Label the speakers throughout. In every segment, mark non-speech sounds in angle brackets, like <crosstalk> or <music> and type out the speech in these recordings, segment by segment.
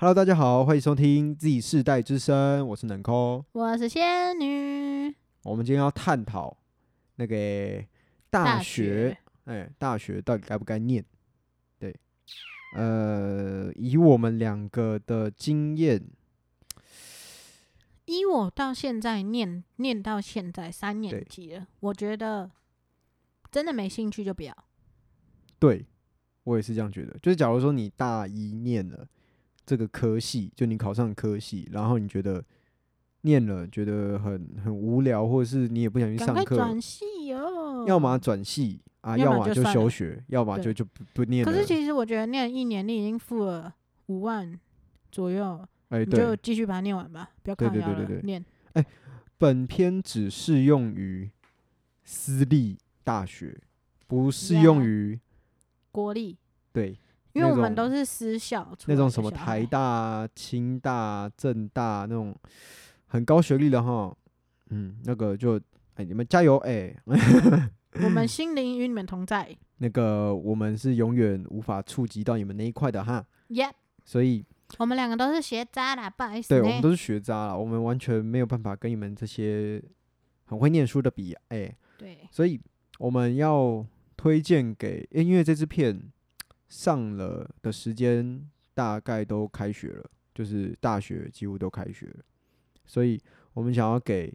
Speaker 1: Hello，大家好，欢迎收听 Z 世代之声，我是能空。
Speaker 2: 我是仙女，
Speaker 1: 我们今天要探讨那个大学，哎，大学到底该不该念？对，呃，以我们两个的经验，
Speaker 2: 依我到现在念念到现在三
Speaker 1: 对
Speaker 2: 年级了，我觉得真的没兴趣就不要。
Speaker 1: 对我也是这样觉得。就是假如说你大一念了这个科系，就你考上科系，然后你觉得念了觉得很很无聊，或者是你也不想去
Speaker 2: 赶
Speaker 1: 上
Speaker 2: 快
Speaker 1: 课，
Speaker 2: 转系哦！
Speaker 1: 要么转系啊，
Speaker 2: 要
Speaker 1: 要
Speaker 2: 么
Speaker 1: 么
Speaker 2: 就
Speaker 1: 就
Speaker 2: 算
Speaker 1: 休
Speaker 2: 了
Speaker 1: 学，要么就
Speaker 2: 对
Speaker 1: 就不不念了
Speaker 2: 可。是其实我觉得念一年，你已经付了五万左右，你
Speaker 1: 哎，
Speaker 2: 就
Speaker 1: 对，
Speaker 2: 继续把它念完吧，不要
Speaker 1: 对
Speaker 2: 靠
Speaker 1: 对
Speaker 2: 腰
Speaker 1: 对
Speaker 2: 了
Speaker 1: 对对。
Speaker 2: 念
Speaker 1: 本篇只适用于私立大学，不适用
Speaker 2: Yeah
Speaker 1: 于
Speaker 2: 国立，
Speaker 1: 对
Speaker 2: 因为
Speaker 1: 那
Speaker 2: 我们都
Speaker 1: 种
Speaker 2: 是私校出
Speaker 1: 那
Speaker 2: 来
Speaker 1: 种
Speaker 2: 的
Speaker 1: 什么
Speaker 2: 小
Speaker 1: 台
Speaker 2: 孩
Speaker 1: 大啊、清大啊、政大啊那种很高学历的哈，嗯，那个就哎，你们加油哎，
Speaker 2: 我们心灵与你们同在。
Speaker 1: 那个我们是永远无法触及到你们那一块的哈，
Speaker 2: Yep，
Speaker 1: 所以
Speaker 2: 我们两个都是学渣啦，不好意思
Speaker 1: 对
Speaker 2: 呢。
Speaker 1: 我们都是学渣啦，我们完全没有办法跟你们这些很会念书的比，哎、
Speaker 2: 对
Speaker 1: 所以我们要推荐给，诶因为这支片上了的时间大概都开学了，就是大学几乎都开学了，所以我们想要给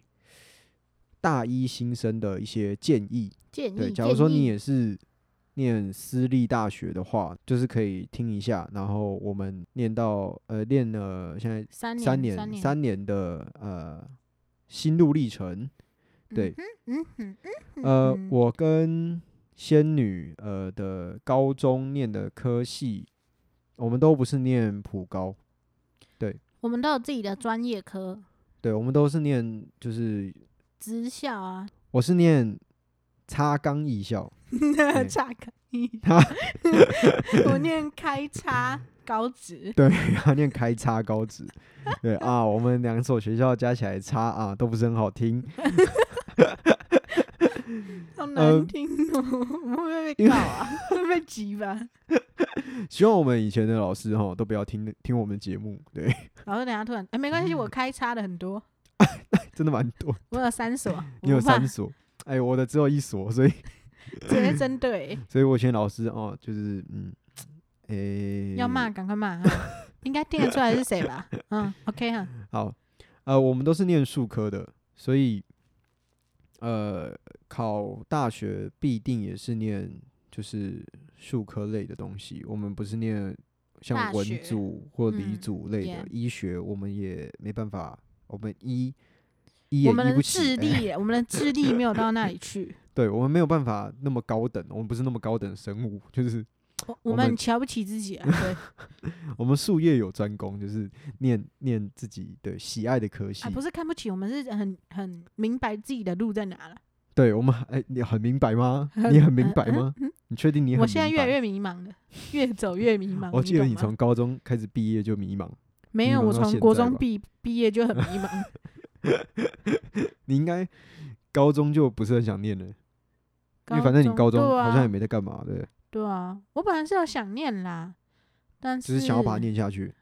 Speaker 1: 大一新生的一些建议。
Speaker 2: 建议。
Speaker 1: 对，假如说
Speaker 2: 建
Speaker 1: 你
Speaker 2: 议
Speaker 1: 也是念私立大学的话，就是可以听一下，然后我们念到呃念了现在
Speaker 2: 三
Speaker 1: 三
Speaker 2: 年
Speaker 1: 年
Speaker 2: 年
Speaker 1: 三年的呃心路历程。对
Speaker 2: 嗯哼嗯哼嗯哼
Speaker 1: 呃
Speaker 2: 嗯，
Speaker 1: 我跟仙女呃的高中念的科系，我们都不是念普高，
Speaker 2: 我们都有自己的专业科，
Speaker 1: 对，我们都是念就是
Speaker 2: 职校啊，
Speaker 1: 我是念插冈艺校，
Speaker 2: <laughs>
Speaker 1: <laughs>
Speaker 2: 差个一
Speaker 1: 他
Speaker 2: 我念开叉高职，
Speaker 1: 对， <laughs> 他念开叉高职，对啊，我们两所学校加起来差啊都不是很好听，
Speaker 2: 好
Speaker 1: 呃
Speaker 2: 难听哦，我会
Speaker 1: 因
Speaker 2: 被
Speaker 1: 为
Speaker 2: 告啊，会被挤吧？
Speaker 1: 希望我们以前的老师哈都不要听听我们的节目，对， <laughs>
Speaker 2: 然后等下突然，哎，没关系，
Speaker 1: 嗯
Speaker 2: 我开叉的很多，
Speaker 1: 真的蛮多，
Speaker 2: 我有三所，
Speaker 1: <laughs> 你
Speaker 2: 我
Speaker 1: 有
Speaker 2: 不怕
Speaker 1: 三所，哎，我的只有一所，所以
Speaker 2: 直接针
Speaker 1: <laughs>
Speaker 2: 对，
Speaker 1: 所以我选老师哦，就是嗯，诶、
Speaker 2: 要骂赶快骂，啊应该听得出来是谁吧？嗯，OK 哈，
Speaker 1: 好，呃，我们都是念数科的，所以呃，考大学必定也是念就是数科类的东西，我们不是念像
Speaker 2: 大
Speaker 1: 文
Speaker 2: 学
Speaker 1: 组或理
Speaker 2: 嗯
Speaker 1: 组类的、
Speaker 2: ，yeah
Speaker 1: 医学，我们也没办法，我们医医也
Speaker 2: 我
Speaker 1: 医
Speaker 2: 们
Speaker 1: 不
Speaker 2: 的智，
Speaker 1: 起哎
Speaker 2: 力，我们的智力没有到那里
Speaker 1: <laughs>
Speaker 2: 去，
Speaker 1: 对我们没有办法那么高等，我们不是那么高等的生物，就是
Speaker 2: 我
Speaker 1: 我
Speaker 2: 我
Speaker 1: 们
Speaker 2: 们瞧不起自己啊，对，
Speaker 1: 我们术业有专攻，就是念念自己的喜爱的科系，
Speaker 2: 啊，不是看不起，我们是很很明白自己的路在哪了。
Speaker 1: 对我们还，哎、你很明
Speaker 2: <laughs>
Speaker 1: 白吗？你很明白吗？你确定你很明白？
Speaker 2: 嗯我现在越来越迷茫了， <laughs> 越走越迷茫。
Speaker 1: 我记得
Speaker 2: 懂
Speaker 1: 你
Speaker 2: 吗
Speaker 1: 从高中开始毕业就迷茫，
Speaker 2: 没
Speaker 1: 迷
Speaker 2: 有，
Speaker 1: 茫
Speaker 2: 我
Speaker 1: 到
Speaker 2: 从
Speaker 1: 现
Speaker 2: 国
Speaker 1: 在
Speaker 2: 中
Speaker 1: 吧
Speaker 2: 毕毕业就很迷
Speaker 1: <laughs>
Speaker 2: 茫，
Speaker 1: 你应该高中就不是很想念了，因为反正你高中好像也没在干嘛，对不
Speaker 2: 啊
Speaker 1: 对，
Speaker 2: 对啊对啊，我本来是有想念啦，但
Speaker 1: 只是想要把它念下去。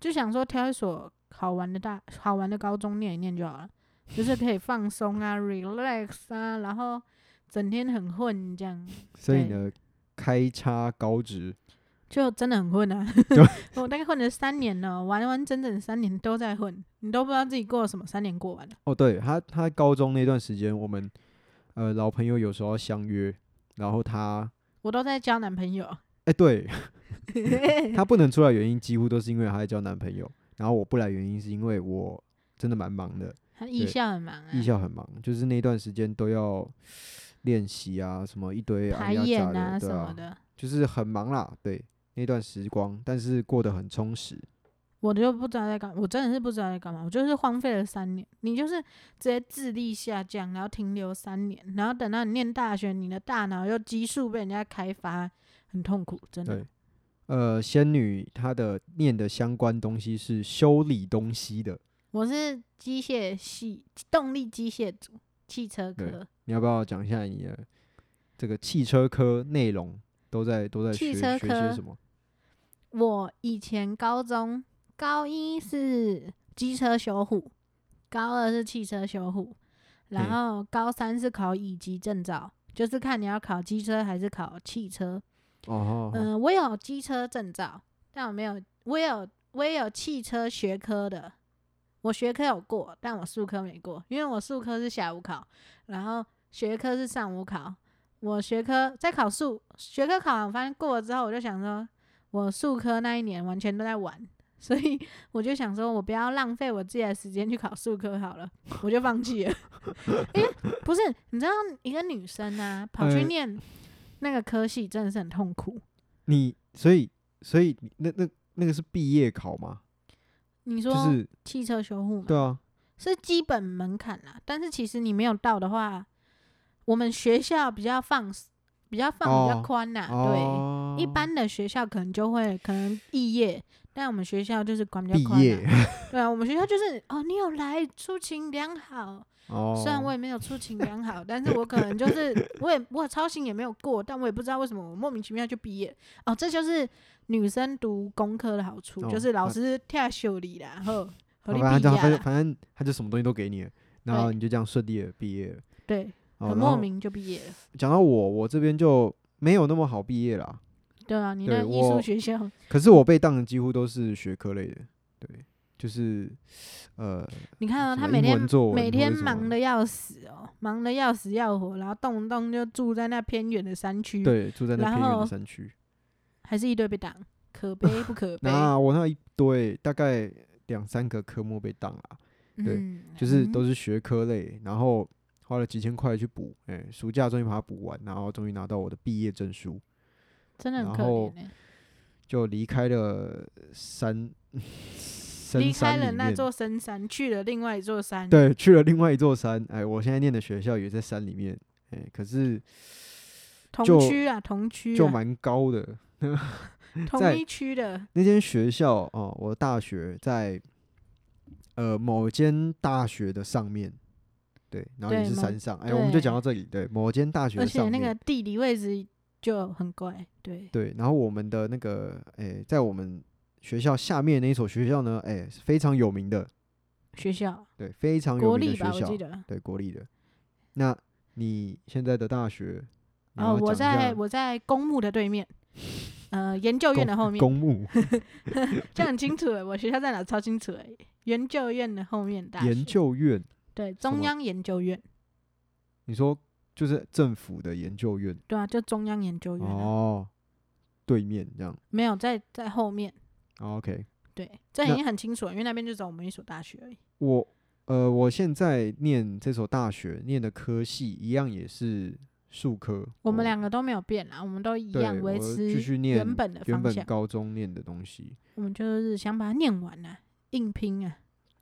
Speaker 2: 就想说挑一所好玩的大好玩的高中念一念就好了，就是可以放松啊 <laughs> ，relax 啊，然后整天很混这样，
Speaker 1: 所以
Speaker 2: 对
Speaker 1: 呢，开叉高职，
Speaker 2: 就真的很混啊
Speaker 1: 对。
Speaker 2: <laughs> 我大概混了三年了，完完整整三年都在混，你都不知道自己过了什么三年过完了。
Speaker 1: 哦，对他，他高中那段时间，我们呃老朋友有时候要相约，然后他，
Speaker 2: 我都在交男朋友，<laughs>
Speaker 1: 哎、对他不能出来，原因几乎都是因为他在交男朋友，然后我不来，原因是因为我真的蛮忙的。
Speaker 2: 他艺校很忙啊，
Speaker 1: 艺校很忙，就是那段时间都要练习啊，什么一堆
Speaker 2: 排
Speaker 1: 呀
Speaker 2: 演
Speaker 1: 加的，
Speaker 2: 啊
Speaker 1: 对
Speaker 2: 什么
Speaker 1: 啊，
Speaker 2: 的，
Speaker 1: 就是很忙啦。对，那段时光，但是过得很充实。
Speaker 2: 我就不知道在干，我真的是不知道在干嘛，我就是荒废了三年。你就是直接智力下降，然后停留三年，然后等到你念大学，你的大脑又激素被人家开发，很痛苦，真的
Speaker 1: 对。呃，仙女她的念的相关东西是修理东西的，
Speaker 2: 我是机械系动力机械组汽车
Speaker 1: 对
Speaker 2: 科，
Speaker 1: 你要不要讲一下你的这个汽车科内容都在都在
Speaker 2: 汽
Speaker 1: 学
Speaker 2: 车
Speaker 1: 学些
Speaker 2: 科
Speaker 1: 什么？
Speaker 2: 我以前高中高一是机车修护，高二是汽车修护，
Speaker 1: 嘿
Speaker 2: 然后高三是考乙级证照，就是看你要考机车还是考汽车。
Speaker 1: 哦，
Speaker 2: 嗯、我有机车证照，但我没有，我也有我也有汽车学科的，我学科有过，但我数科没过，因为我数科是下午考，然后学科是上午考。我学科在考数学科考完，我发现过了之后，我就想说，我数科那一年完全都在玩，所以我就想说，我不要浪费我自己的时间去考数科好了，我就放弃了。 <laughs> 因为不是，你知道一个女生啊，跑
Speaker 1: 呃
Speaker 2: 去念那个科系真的是很痛苦。
Speaker 1: 你所以所以你那那那个是毕业考吗？
Speaker 2: 你
Speaker 1: 就
Speaker 2: 说
Speaker 1: 是
Speaker 2: 汽车修护嘛，
Speaker 1: 对啊，
Speaker 2: 是基本门槛啦。但是其实你没有到的话，我们学校比较放肆，比较放比
Speaker 1: 哦
Speaker 2: 较宽啦。
Speaker 1: 哦
Speaker 2: 啊对，一般的学校可能就会可能肄业，但我们学校就是管比
Speaker 1: 毕
Speaker 2: 较宽
Speaker 1: 业
Speaker 2: 啦。对啊，我们学校就是哦，你有来，出勤良好。
Speaker 1: 哦，
Speaker 2: 虽然我也没有出勤良好，但是我可能就是我也我操行也没有过，但我也不知道为什么我莫名其妙就毕业哦。这就是女生读工科的好处，
Speaker 1: 哦
Speaker 2: 就是老师跳修理啦，呵，合
Speaker 1: 好
Speaker 2: 理
Speaker 1: 吧，反
Speaker 2: 毕
Speaker 1: 正
Speaker 2: 业
Speaker 1: 反正
Speaker 2: 啦，
Speaker 1: 反正他就什么东西都给你了，然后
Speaker 2: 对
Speaker 1: 你就这样顺利的毕业了。
Speaker 2: 对，很
Speaker 1: 哦然
Speaker 2: 莫
Speaker 1: 后
Speaker 2: 名就毕业了。
Speaker 1: 讲到我，我这边就没有那么好毕业啦。
Speaker 2: 对啊，你
Speaker 1: 对
Speaker 2: 那艺术
Speaker 1: 我
Speaker 2: 学校
Speaker 1: 可是我被当的几乎都是学科类的，对，就是呃，
Speaker 2: 你看啊，
Speaker 1: 什
Speaker 2: 他
Speaker 1: 么
Speaker 2: 每
Speaker 1: 英
Speaker 2: 天
Speaker 1: 文作文
Speaker 2: 每
Speaker 1: 或
Speaker 2: 天
Speaker 1: 者什么
Speaker 2: 忙的要死哦，忙的要死要活，然后动不动就住在那偏远的山区，
Speaker 1: 对，住在那
Speaker 2: 然
Speaker 1: 偏远的
Speaker 2: 后
Speaker 1: 山区。
Speaker 2: 还是一堆被挡，
Speaker 1: <laughs>
Speaker 2: 可悲不可悲。
Speaker 1: 那我那一堆大概两三个科目被当啦，对
Speaker 2: 嗯，
Speaker 1: 就是
Speaker 2: 嗯
Speaker 1: 都是学科类，然后花了几千块去补，哎、暑假终于把它补完，然后终于拿到我的毕业证书，
Speaker 2: 真的很
Speaker 1: 然
Speaker 2: 可
Speaker 1: 后
Speaker 2: 怜欸
Speaker 1: 就离开了山， <laughs> 深
Speaker 2: 离
Speaker 1: 山
Speaker 2: 开
Speaker 1: 里
Speaker 2: 了
Speaker 1: 面。
Speaker 2: 那座深山，去了另外一座山。，
Speaker 1: 对，去了另外一座山。哎，我现在念的学校也在山里面，哎、可是
Speaker 2: 同
Speaker 1: 就
Speaker 2: 区啊，同区、啊，
Speaker 1: 就蛮高的。在
Speaker 2: 同一区的。
Speaker 1: 那间学校哦，我大学在呃某间大学的上面，对，然后也
Speaker 2: 对
Speaker 1: 是
Speaker 2: 某
Speaker 1: 山上。哎，我们就讲到这里，对，某间大学
Speaker 2: 而
Speaker 1: 的
Speaker 2: 且
Speaker 1: 上
Speaker 2: 那个
Speaker 1: 面。
Speaker 2: 地理位置就很怪，对，
Speaker 1: 对，然后我们的那个，哎、在我们学校下面那一所学校呢，哎、是非常有名的，
Speaker 2: 学校
Speaker 1: 对，非常有
Speaker 2: 国
Speaker 1: 名的
Speaker 2: 立吧，
Speaker 1: 学
Speaker 2: 我记
Speaker 1: 校，
Speaker 2: 得。
Speaker 1: 对，国立的。那你现在的大学，你
Speaker 2: 哦，
Speaker 1: 要
Speaker 2: 我
Speaker 1: 讲一
Speaker 2: 在
Speaker 1: 下
Speaker 2: 我在公墓的对面，呃，研究院的后面，
Speaker 1: 公墓
Speaker 2: 这样很清楚了。欸我学校在哪超清楚了，欸研究院的后面大学
Speaker 1: 研究院，
Speaker 2: 对
Speaker 1: 么
Speaker 2: 中央研究院，
Speaker 1: 你说就是政府的研究院
Speaker 2: 对啊，就中央研究院啊、
Speaker 1: 哦，对面这样。
Speaker 2: 没有在在后面，
Speaker 1: 哦 OK，
Speaker 2: 对，这
Speaker 1: 那
Speaker 2: 已经很清楚了，因为那边就只有我们一所大学而已。
Speaker 1: 我呃，我现在念这所大学念的科系一样也是数科，
Speaker 2: 我们
Speaker 1: 哦
Speaker 2: 两个都没有变啊啦，我们都一
Speaker 1: 对
Speaker 2: 样维
Speaker 1: 我
Speaker 2: 持
Speaker 1: 继续念
Speaker 2: 原本的
Speaker 1: 原
Speaker 2: 方
Speaker 1: 本
Speaker 2: 向。
Speaker 1: 高中念的东西，
Speaker 2: 我们就是想把它念完啊，硬拼啊。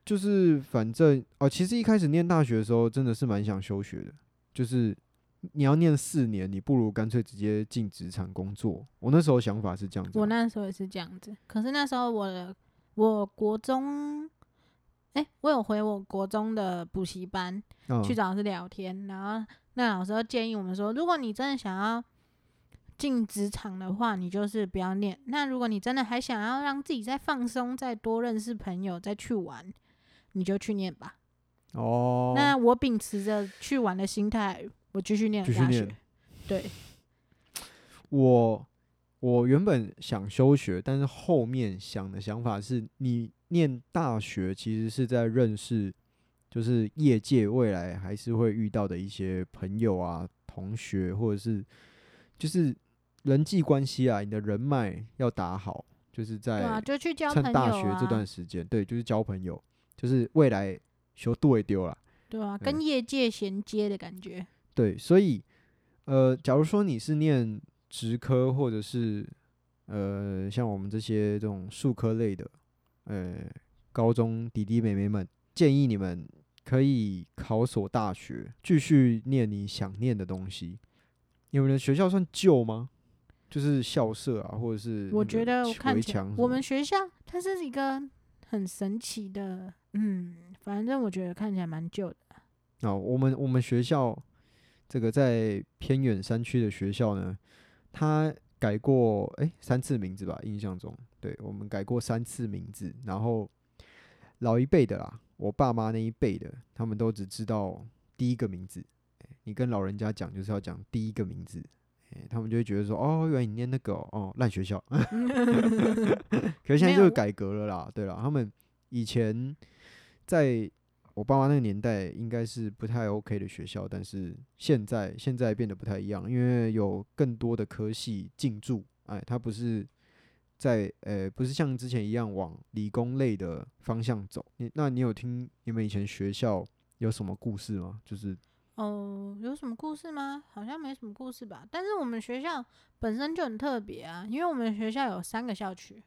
Speaker 1: 就是反正哦，其实一开始念大学的时候真的是蛮想休学的，就是你要念四年，你不如干脆直接进职场工作。我那时候想法是这样子啊，
Speaker 2: 我那时候也是这样子，可是那时候我的我国中，哎、我有回我国中的补习班
Speaker 1: 嗯
Speaker 2: 去找老师聊天，然后那老师就建议我们说，如果你真的想要进职场的话，你就是不要念；那如果你真的还想要让自己再放松，再多认识朋友，再去玩，你就去念吧。
Speaker 1: 哦，
Speaker 2: 那我秉持着去玩的心态，我继续念
Speaker 1: 继续
Speaker 2: 大学
Speaker 1: 念。
Speaker 2: 对，
Speaker 1: 我我原本想休学，但是后面想的想法是，你念大学其实是在认识，就是业界未来还是会遇到的一些朋友啊、同学，或者是就是人际关系啊，你的人脉要打好，就是
Speaker 2: 对啊，
Speaker 1: 在
Speaker 2: 就去交朋友
Speaker 1: 哎趁
Speaker 2: 啊。
Speaker 1: 大学这段时间，对，就是交朋友，就是未来修对丢啦。
Speaker 2: 对啊，跟业界衔接的感觉。
Speaker 1: 对，所以呃，假如说你是念职科或者是呃像我们这些这种数科类的，呃，高中弟弟妹妹们，建议你们可以考所大学，继续念你想念的东西。你们的学校算旧吗？就是校舍啊，或者是
Speaker 2: 我
Speaker 1: 那
Speaker 2: 觉
Speaker 1: 个
Speaker 2: 得我
Speaker 1: 围
Speaker 2: 看起来
Speaker 1: 墙什
Speaker 2: 我
Speaker 1: 么
Speaker 2: 们学校它是一个很神奇的，嗯，反正我觉得看起来蛮旧的。
Speaker 1: 啊、我们我们学校这个在偏远山区的学校呢，它改过哎、诶三次名字吧，印象中，对我们改过三次名字。然后老一辈的啦，我爸妈那一辈的，他们都只知道第一个名字。诶你跟老人家讲就是要讲第一个名字，诶他们就会觉得说哦，原来你念那个哦，哦烂
Speaker 2: <laughs>
Speaker 1: 学校。可是
Speaker 2: 没
Speaker 1: 现在这
Speaker 2: 有
Speaker 1: 个
Speaker 2: 我
Speaker 1: 改革了啦，对啦，他们以前在我爸妈那个年代应该是不太 OK 的学校，但是现在现在变得不太一样，因为有更多的科系进驻，哎，它不是在呃不是像之前一样往理工类的方向走。你那你有听你们以前学校有什么故事吗？就是
Speaker 2: 哦，有什么故事吗？好像没什么故事吧。但是我们学校本身就很特别啊，因为我们学校有三个校区。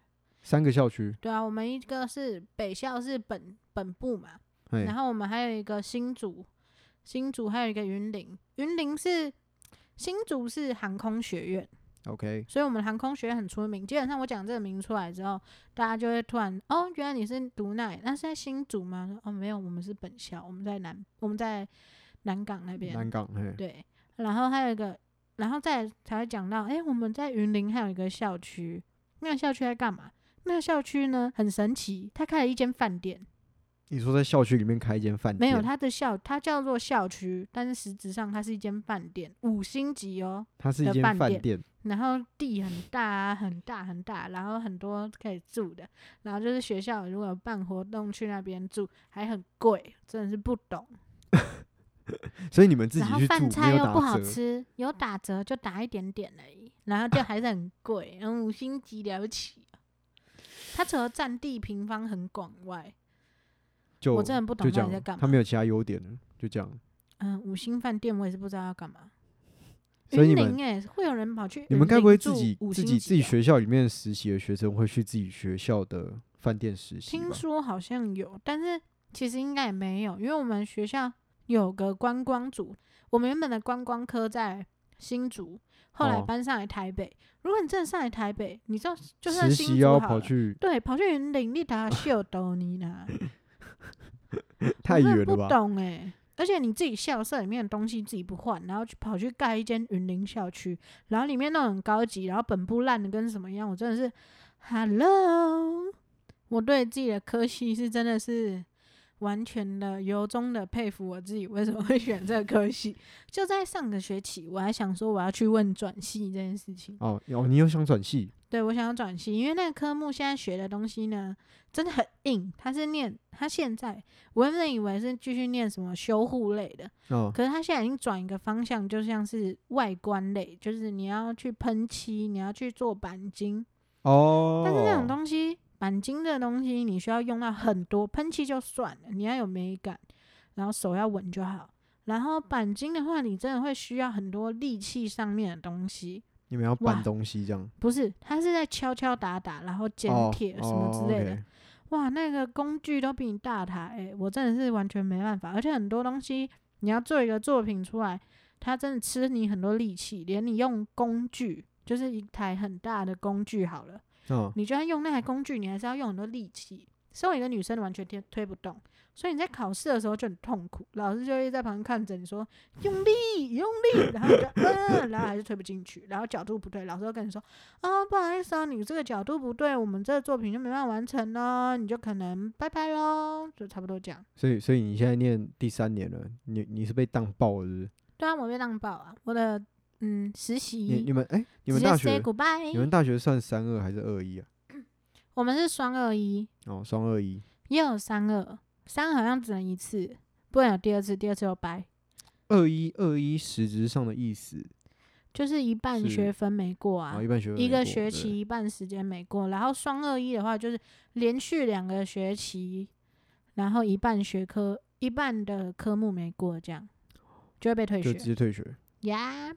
Speaker 1: 三个校区，
Speaker 2: 对啊，我们一个是北校是本本部嘛，
Speaker 1: 哎
Speaker 2: 然后我们还有一个新竹，新竹还有一个云林，云林是新竹是航空学院，
Speaker 1: ，OK，
Speaker 2: 所以我们航空学院很出名。基本上我讲这个名出来之后，大家就会突然哦，原来你是读那里，那是在新竹吗？说哦，没有，我们是本校，我们在南，我们在南港那边。
Speaker 1: 南港，嘿，
Speaker 2: 对，然后还有一个，然后再才会讲到，哎、我们在云林还有一个校区，那个校区在干嘛？那个校区呢很神奇，它开了一间饭店，
Speaker 1: 你说在校区里面开一间饭
Speaker 2: 没
Speaker 1: 店，
Speaker 2: 有它的校，它叫做校区，但是实质上它是一间饭店，五星级哦，
Speaker 1: 它是一
Speaker 2: 的
Speaker 1: 间
Speaker 2: 饭
Speaker 1: 饭
Speaker 2: 店
Speaker 1: 店，
Speaker 2: 然后地很大啊，很大很大，然后很多可以住的，然后就是学校如果有办活动去那边住，还很贵，真的是不懂。
Speaker 1: 所以你们自己
Speaker 2: 然后
Speaker 1: 去住
Speaker 2: 饭
Speaker 1: 没
Speaker 2: 菜
Speaker 1: 有
Speaker 2: 又不
Speaker 1: 打
Speaker 2: 好
Speaker 1: 折。
Speaker 2: 吃，有打折就打一点点而已，然后就还是很贵，然后五星级了不起。哦它除了占地平方很广外，
Speaker 1: 就
Speaker 2: 我真的不懂到
Speaker 1: 就这
Speaker 2: 底在
Speaker 1: 样，
Speaker 2: 干
Speaker 1: 他
Speaker 2: 嘛
Speaker 1: 没有其他优点了，就这样。
Speaker 2: 嗯，五星饭店我也是不知道要干嘛。
Speaker 1: 所以你
Speaker 2: 云
Speaker 1: 们
Speaker 2: 林哎、会有人跑去？
Speaker 1: 你们该不会自己自己
Speaker 2: 啊
Speaker 1: 自己？学校里面实习的学生会去自己学校的饭店实习吧？
Speaker 2: 听说好像有，但是其实应该也没有，因为我们学校有个观光组，我们原本的观光科在新竹，后来
Speaker 1: 哦
Speaker 2: 搬上来台北。如果你真的上来台北，你就就算
Speaker 1: 实习
Speaker 2: 新
Speaker 1: 要
Speaker 2: 竹好
Speaker 1: 跑
Speaker 2: 了，
Speaker 1: 去
Speaker 2: 对，跑去云林你达 <laughs> 秀逗你啦，
Speaker 1: 太
Speaker 2: 我真的
Speaker 1: 远了
Speaker 2: 不
Speaker 1: 吧？
Speaker 2: 懂哎、而且你自己校舍里面的东西自己不换，然后去跑去盖一间云林校区，然后里面弄得很高级，然后本部烂的跟什么一样，我真的是，Hello，我对自己的科系是真的是完全的由衷的佩服我自己为什么会选这个科系。就在上个学期，我还想说我要去问转系这件事情，
Speaker 1: 哦哦，你又想转系？
Speaker 2: 对我想要转系，因为那个科目现在学的东西呢，真的很硬。它是念，它现在我原本以为是继续念什么修护类的，
Speaker 1: 哦
Speaker 2: 可是它现在已经转一个方向，就像是外观类，就是你要去喷漆，你要去做钣金，
Speaker 1: 哦，
Speaker 2: 但是那种东西，钣金这东西你需要用到很多，喷漆就算了，你要有美感，然后手要稳就好。然后钣金的话，你真的会需要很多力气上面的东西，
Speaker 1: 你们要
Speaker 2: 哇
Speaker 1: 搬东西这样
Speaker 2: 不是，他是在敲敲打打，然后剪
Speaker 1: 哦
Speaker 2: 铁什么之类的。
Speaker 1: 哦，OK
Speaker 2: 哇，那个工具都比你大台，哎、我真的是完全没办法。而且很多东西，你要做一个作品出来，它真的吃你很多力气，连你用工具，就是一台很大的工具好了，
Speaker 1: 嗯，
Speaker 2: 你就算用那台工具，你还是要用很多力气。身为一个女生，完全推推不动，所以你在考试的时候就很痛苦。老师就会在旁边看着你说：“用力，用力。”然后你就嗯，然后还是推不进去，然后角度不对，老师就跟你说：“啊、不好意思啊，你这个角度不对，我们这个作品就没办法完成咯，你就可能拜拜喽。”就差不多这样。
Speaker 1: 所以所以你现在念第三年了，你你是被当爆了是不是？
Speaker 2: 对啊，我被浪爆啊！我的嗯实
Speaker 1: 你你
Speaker 2: 习
Speaker 1: 们哎，
Speaker 2: 直
Speaker 1: 你们
Speaker 2: 接
Speaker 1: 大
Speaker 2: say
Speaker 1: 学你们
Speaker 2: goodbye。
Speaker 1: 大学算三二还是二一啊？
Speaker 2: 我们是双二一，
Speaker 1: 哦，双二一，
Speaker 2: 也有三二，三好像只能一次，不能有第二次，第二次又掰。
Speaker 1: 二一二一实质上的意思
Speaker 2: 就是一半
Speaker 1: 是
Speaker 2: 学分没过
Speaker 1: 啊，
Speaker 2: 啊
Speaker 1: 哦一，般学
Speaker 2: 一
Speaker 1: 没
Speaker 2: 个
Speaker 1: 过
Speaker 2: 学
Speaker 1: 对
Speaker 2: 期一半时间没过，然后双二一的话就是连续两个学期，然后一半学科一半的科目没过，这样就会被退
Speaker 1: 就直
Speaker 2: 学
Speaker 1: 接退学。
Speaker 2: 呀。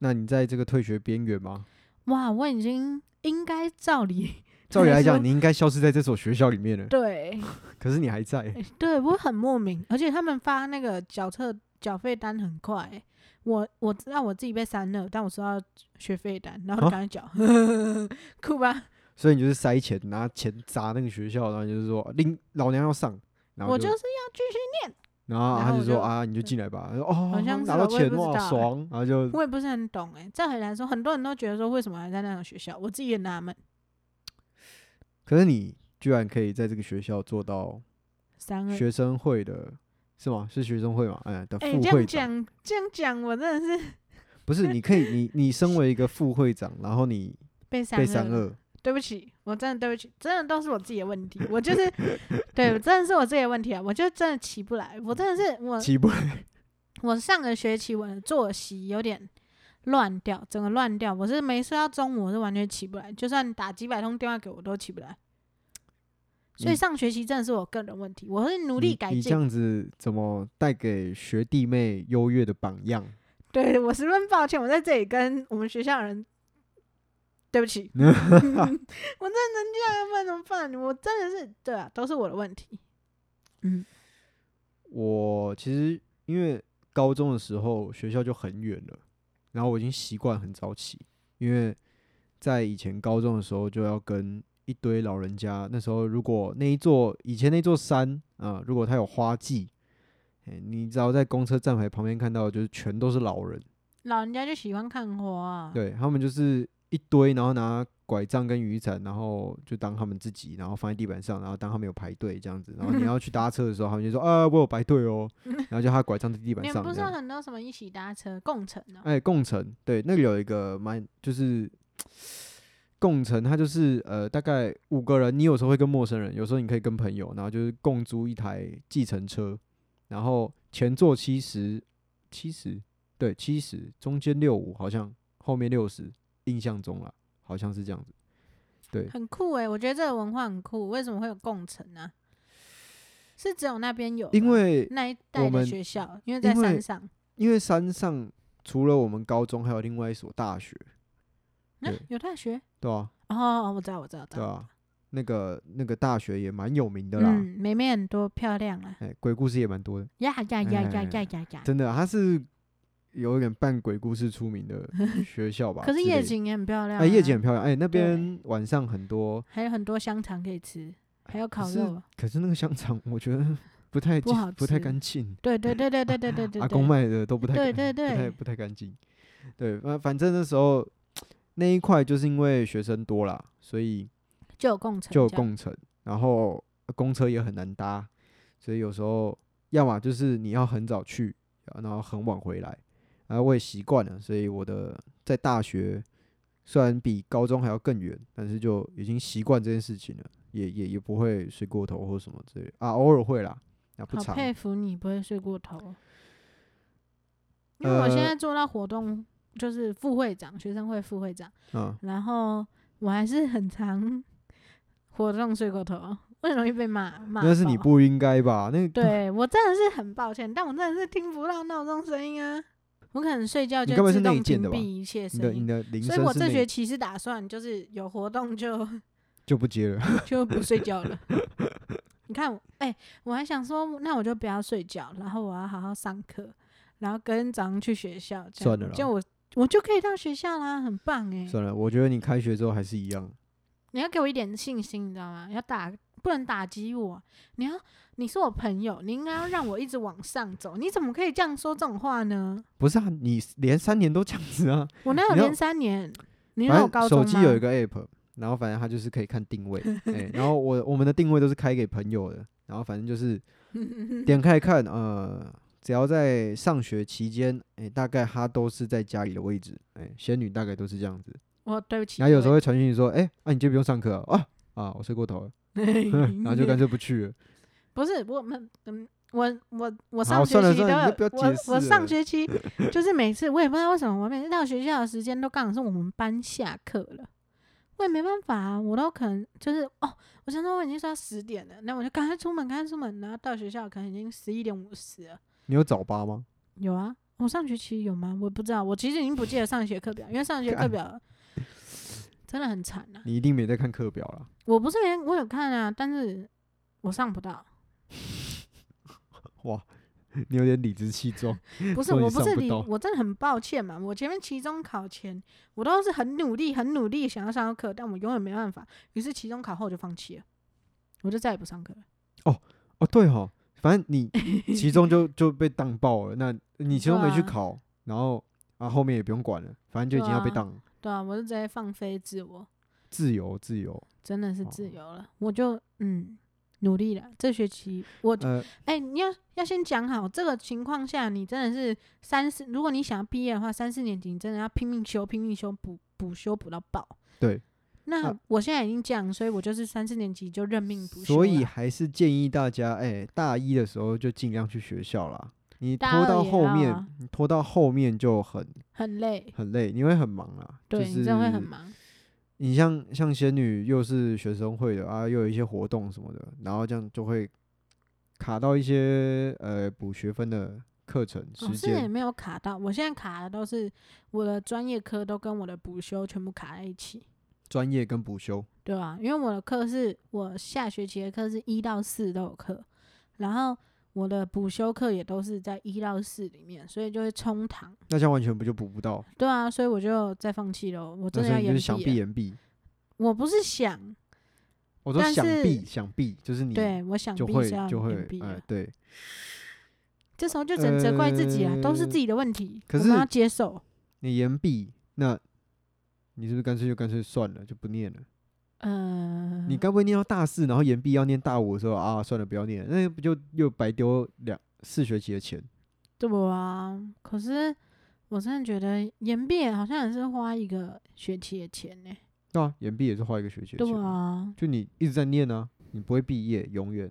Speaker 1: 那你在这个退学边
Speaker 2: <laughs>
Speaker 1: 缘吗？
Speaker 2: 哇，我已经应该照理 <laughs>
Speaker 1: 照理来
Speaker 2: 说
Speaker 1: 讲，你应该消失在这所学校里面了，
Speaker 2: 对
Speaker 1: 可是你还在。
Speaker 2: 对，我很莫名，而且他们发那个缴册缴费单很快欸、我我知道我自己被删了，但我收到学费单，然后
Speaker 1: 啊
Speaker 2: 赶紧缴， <laughs> 酷吧？
Speaker 1: 所以你就是塞钱，拿钱砸那个学校，然后你就是说，林老娘要上，然后
Speaker 2: 我
Speaker 1: 就
Speaker 2: 就是要继续念，
Speaker 1: 然后
Speaker 2: 然
Speaker 1: 他
Speaker 2: 后
Speaker 1: 就
Speaker 2: 我
Speaker 1: 说
Speaker 2: 就
Speaker 1: 啊，你就进来吧。他说哦，
Speaker 2: 好像是
Speaker 1: 拿
Speaker 2: 吧
Speaker 1: 到
Speaker 2: 我也
Speaker 1: 钱
Speaker 2: 不知
Speaker 1: 哇，
Speaker 2: 道欸
Speaker 1: 爽，然后就
Speaker 2: 我也不是很懂哎、照理来说，很多人都觉得说，为什么还在那种学校？我自己也纳闷。
Speaker 1: 可是你居然可以在这个学校做到
Speaker 2: 三二，
Speaker 1: 学生会的，是吗？是学生会嘛？哎，的
Speaker 2: 嗯哎、
Speaker 1: 副
Speaker 2: 这
Speaker 1: 会
Speaker 2: 样
Speaker 1: 长
Speaker 2: 讲，这样讲，我真的是
Speaker 1: 不是？你可以，你你身为一个副会长，然
Speaker 2: <laughs>
Speaker 1: 后你
Speaker 2: 被三
Speaker 1: 被
Speaker 2: 二
Speaker 1: 三
Speaker 2: 了 <laughs>
Speaker 1: 二，
Speaker 2: 对不起，我真的对不起，真的都是我自己的问题。我就是，
Speaker 1: <laughs>
Speaker 2: 对，真的是我自己的问题啊！我就真的起不来，我真的是我，
Speaker 1: 起不来，
Speaker 2: 我上个学期我的作息有点乱掉，整个乱掉。我是没睡到中午，我是完全起不来，就算打几百通电话给我都起不来。所以
Speaker 1: 你
Speaker 2: 上学期真的是我个人问题，我会努力
Speaker 1: 嗯你
Speaker 2: 改
Speaker 1: 你这
Speaker 2: 进。
Speaker 1: 样子怎么带给学弟妹优越的榜样？
Speaker 2: 对我十分抱歉，我在这里跟我们学校的人，对不
Speaker 1: <laughs>
Speaker 2: 起，我真的能这样，不然怎么办？我真的是对啊，都是我的问题。嗯，
Speaker 1: 我其实因为高中的时候学校就很远了，然后我已经习惯很早起，因为在以前高中的时候就要跟一堆老人家，那时候如果那一座以前那座山啊、如果它有花季，哎、你只要在公车站牌旁边看到，就是全都是老人，
Speaker 2: 老人家就喜欢看花、啊，
Speaker 1: 对他们就是一堆，然后拿拐杖跟雨伞，然后就当他们自己，然后放在地板上，然后当他们有排队这样
Speaker 2: <laughs>
Speaker 1: 子。然后你要去搭车的时候，他们就说：“啊，我有排队哦。”然后就他拐杖
Speaker 2: <laughs>
Speaker 1: 在地板
Speaker 2: 你们
Speaker 1: 上
Speaker 2: 不
Speaker 1: 这
Speaker 2: 是有
Speaker 1: 样。
Speaker 2: 很多什么一起搭车共乘哦、
Speaker 1: 哎，共乘对，那里有一个蛮就是共乘，它就是呃大概五个人，你有时候会跟陌生人，有时候你可以跟朋友，然后就是共租一台计程车，然后前座七十，七十对七十，中间六五好像，后面六十，印象中啦，好像是这样子。对，
Speaker 2: 很酷诶、我觉得这个文化很酷。为什么会有共乘呢、是只有那边有吗，
Speaker 1: 因为
Speaker 2: 那一
Speaker 1: 我
Speaker 2: 带的
Speaker 1: 们
Speaker 2: 学校，因为在
Speaker 1: 因为
Speaker 2: 山上，
Speaker 1: 因为山上除了我们高中，还有另外一所大学，
Speaker 2: 啊
Speaker 1: 对、
Speaker 2: 有大学。
Speaker 1: 对啊，
Speaker 2: 哦，我知道，我知道，我知
Speaker 1: 对
Speaker 2: 道。
Speaker 1: 啊，那个那个大学也蛮有名的啦。
Speaker 2: 嗯，妹妹很多漂亮啊，
Speaker 1: 哎、鬼故事也蛮多的。
Speaker 2: 呀呀呀呀
Speaker 1: 哎
Speaker 2: 呀呀呀！
Speaker 1: 真的，他是有一点办鬼故事出
Speaker 2: <laughs>
Speaker 1: 名的学校吧？
Speaker 2: 可是
Speaker 1: 之类
Speaker 2: 夜
Speaker 1: 的，
Speaker 2: 景也很漂亮、
Speaker 1: 哎、
Speaker 2: 啊，
Speaker 1: 夜景很漂亮，哎、那
Speaker 2: 对
Speaker 1: 边晚上很多，
Speaker 2: 还有很多香肠可以吃，还有
Speaker 1: 可
Speaker 2: 烤
Speaker 1: 是
Speaker 2: 肉。啊
Speaker 1: 可是那个香肠我觉得不太
Speaker 2: 不
Speaker 1: 健
Speaker 2: 好
Speaker 1: 不太
Speaker 2: 吃
Speaker 1: 干净，
Speaker 2: 对对对对对对对对
Speaker 1: 阿
Speaker 2: 对，
Speaker 1: 公卖的都不太
Speaker 2: 对
Speaker 1: 干
Speaker 2: 对
Speaker 1: 不太
Speaker 2: 对
Speaker 1: 不太干净。对，反反正那时候那一块就是因为学生多啦，所以
Speaker 2: 就有共乘，
Speaker 1: 就有，共乘，然后公车也很难搭，所以有时候要么就是你要很早去，啊然后很晚回来，然后我也习惯了，所以我的在大学虽然比高中还要更远，但是就已经习惯这件事情了，也也也不会睡过头或什么之类的啊，偶尔会啦，啊不
Speaker 2: 好
Speaker 1: 长，
Speaker 2: 佩服你不会睡过头哦。因为我现
Speaker 1: 呃
Speaker 2: 在做到活动就是副会长，学生会副会长，
Speaker 1: 嗯，
Speaker 2: 然后我还是很常 <laughs> 活动睡过头，哦我很容易被骂骂爆。
Speaker 1: 那是你不应该吧？那
Speaker 2: 对我真的是很抱歉，但我真的是听不到闹钟声音啊！我可能睡觉
Speaker 1: 你
Speaker 2: 就
Speaker 1: 该不会是
Speaker 2: 自
Speaker 1: 内
Speaker 2: 动
Speaker 1: 建
Speaker 2: 屏
Speaker 1: 的吧
Speaker 2: 蔽一切
Speaker 1: 你的
Speaker 2: 声
Speaker 1: 你
Speaker 2: 音，
Speaker 1: 的铃
Speaker 2: 所以我
Speaker 1: 声是
Speaker 2: 这学
Speaker 1: 那
Speaker 2: 期是打算就是有活动就
Speaker 1: 就不接了，
Speaker 2: 就不睡觉了。 <laughs> 你看我，哎、我还想说，那我就不要睡觉，然后我要好好上课，然后隔天早上去学校，这
Speaker 1: 算
Speaker 2: 样
Speaker 1: 了啦
Speaker 2: 就我我就可以到学校啦，很棒哎、
Speaker 1: 算了，我觉得你开学之后还是一样，
Speaker 2: 你要给我一点信心，你知道吗？要打不能打击我，你要你是我朋友，你应该要让我一直往上走，你怎么可以这样说这种话呢？
Speaker 1: 不是啊，你连三年都这样子啊。
Speaker 2: 我哪有
Speaker 1: 你要
Speaker 2: 连三年？你
Speaker 1: 反
Speaker 2: 有
Speaker 1: 正
Speaker 2: 高中
Speaker 1: 手
Speaker 2: 吗？
Speaker 1: 机有一个 app，然后反正它就是可以看定位，哎、 <laughs> 然后我我们的定位都是开给朋友的，然后反
Speaker 2: <laughs>
Speaker 1: 正就是点开看，呃，只要在上学期间，哎、大概他都是在家里的位置，哎、仙女大概都是这样子，
Speaker 2: 我对不起。
Speaker 1: 然后有时候
Speaker 2: 我
Speaker 1: 会传讯息说，哎、啊，你今天不用上课啊，啊啊，我睡过头了， <laughs> 然后就干脆不去了，
Speaker 2: 不是我们嗯。我我我
Speaker 1: 好
Speaker 2: 上学
Speaker 1: 算了
Speaker 2: 期
Speaker 1: 算
Speaker 2: 都
Speaker 1: 了你
Speaker 2: 有
Speaker 1: 就不要
Speaker 2: 我
Speaker 1: 解释
Speaker 2: 我上
Speaker 1: 了
Speaker 2: 学
Speaker 1: <laughs>
Speaker 2: 期就是每次我也不知道为什么，我每次到学校的时间都刚好是我们班下课了，我也没办法啊，我都可能就是哦，我想说我已经睡到十点了，那我就赶快出门，赶快出门，然后到学校可能已经十一点五十了。
Speaker 1: 你有早八吗？
Speaker 2: 有啊，我上学期有吗？我不知道，我其实已经不记得上学课表，因为上学课
Speaker 1: 干
Speaker 2: 表真的很惨啊。
Speaker 1: 你一定没在看课表啦， <laughs>
Speaker 2: 我不是没我有看啊，但是我上不到。
Speaker 1: 哇，你有点理直气壮， <laughs>
Speaker 2: 不是，
Speaker 1: 说你
Speaker 2: 我不
Speaker 1: 上
Speaker 2: 是
Speaker 1: 不
Speaker 2: 你，
Speaker 1: 到
Speaker 2: 我真的很抱歉嘛。我前面期中考前，我都是很努力、很努力想要上到课，但我永远没办法。于是期中考后我就放弃了，我就再也不上课了。
Speaker 1: 哦，对哈，反正
Speaker 2: <laughs>
Speaker 1: 你其中就就被当爆了，那你其中没去
Speaker 2: 对啊
Speaker 1: 考，然后啊后面也不用管了，反正就已经要被
Speaker 2: 对啊
Speaker 1: 当了，
Speaker 2: 对啊，我是直接放飞自我，
Speaker 1: 自由自由。
Speaker 2: 真的是
Speaker 1: 哦
Speaker 2: 自由了。我就嗯努力了，这学期我
Speaker 1: 呃，
Speaker 2: 哎、你要要先讲好，这个情况下你真的是三四，如果你想要毕业的话，三四年级你真的要拼命修，拼命修补补修补到爆。
Speaker 1: 对。
Speaker 2: 那
Speaker 1: 啊
Speaker 2: 我现在已经这样，所以我就是三四年级就认命不修
Speaker 1: 所以
Speaker 2: 了
Speaker 1: 还是建议大家，哎、大一的时候就尽量去学校啦。你
Speaker 2: 大
Speaker 1: 拖
Speaker 2: 二
Speaker 1: 到
Speaker 2: 也
Speaker 1: 后
Speaker 2: 要
Speaker 1: 面
Speaker 2: 啊，
Speaker 1: 你拖到后面就很
Speaker 2: 很累，
Speaker 1: 很累，你会很忙啊。
Speaker 2: 对、
Speaker 1: 就是
Speaker 2: 你真的会很忙。
Speaker 1: 你像像仙女又是学生会的啊，又有一些活动什么的，然后这样就会卡到一些呃补学分的课程
Speaker 2: 老
Speaker 1: 时
Speaker 2: 师哦也
Speaker 1: 间。
Speaker 2: 没有卡到，我现在卡的都是我的专业科都跟我的补修全部卡在一起，
Speaker 1: 专、业跟补修，
Speaker 2: 对啊，因为我的课是我下学期的课是一到四都有课，然后我的补修课也都是在一到四里面，所以就会冲堂。
Speaker 1: 那这样完全不就补不到？
Speaker 2: 对啊，所以我就再放弃了，我
Speaker 1: 那
Speaker 2: 真的
Speaker 1: 所
Speaker 2: 要
Speaker 1: 以你就
Speaker 2: 延
Speaker 1: 是
Speaker 2: 毕
Speaker 1: 想
Speaker 2: 了
Speaker 1: 必延毕。
Speaker 2: 我不是想，
Speaker 1: 我说
Speaker 2: 但
Speaker 1: 想必
Speaker 2: 是
Speaker 1: 想必就是你
Speaker 2: 对我想
Speaker 1: 就
Speaker 2: 毕
Speaker 1: 会
Speaker 2: 是要
Speaker 1: 就会
Speaker 2: 延毕
Speaker 1: 哎、
Speaker 2: 的，
Speaker 1: 对，
Speaker 2: 这时候就只能责怪自己啊，都是自己的问题，
Speaker 1: 呃可
Speaker 2: 我
Speaker 1: 是
Speaker 2: 们要接受。
Speaker 1: 你延毕，那你是不是干脆就干脆算了，就不念了？
Speaker 2: 呃，
Speaker 1: 你该不会念到大四，然后延毕要念大五的时候啊，算了，不要念了，那不就又白丢两四学期的钱？
Speaker 2: 对啊，可是我真的觉得延毕好像也是花一个学期的钱呢、
Speaker 1: 对啊，延毕也是花一个学期的
Speaker 2: 对
Speaker 1: 钱啊，
Speaker 2: 啊，
Speaker 1: 就你一直在念啊，你不会毕业，永远。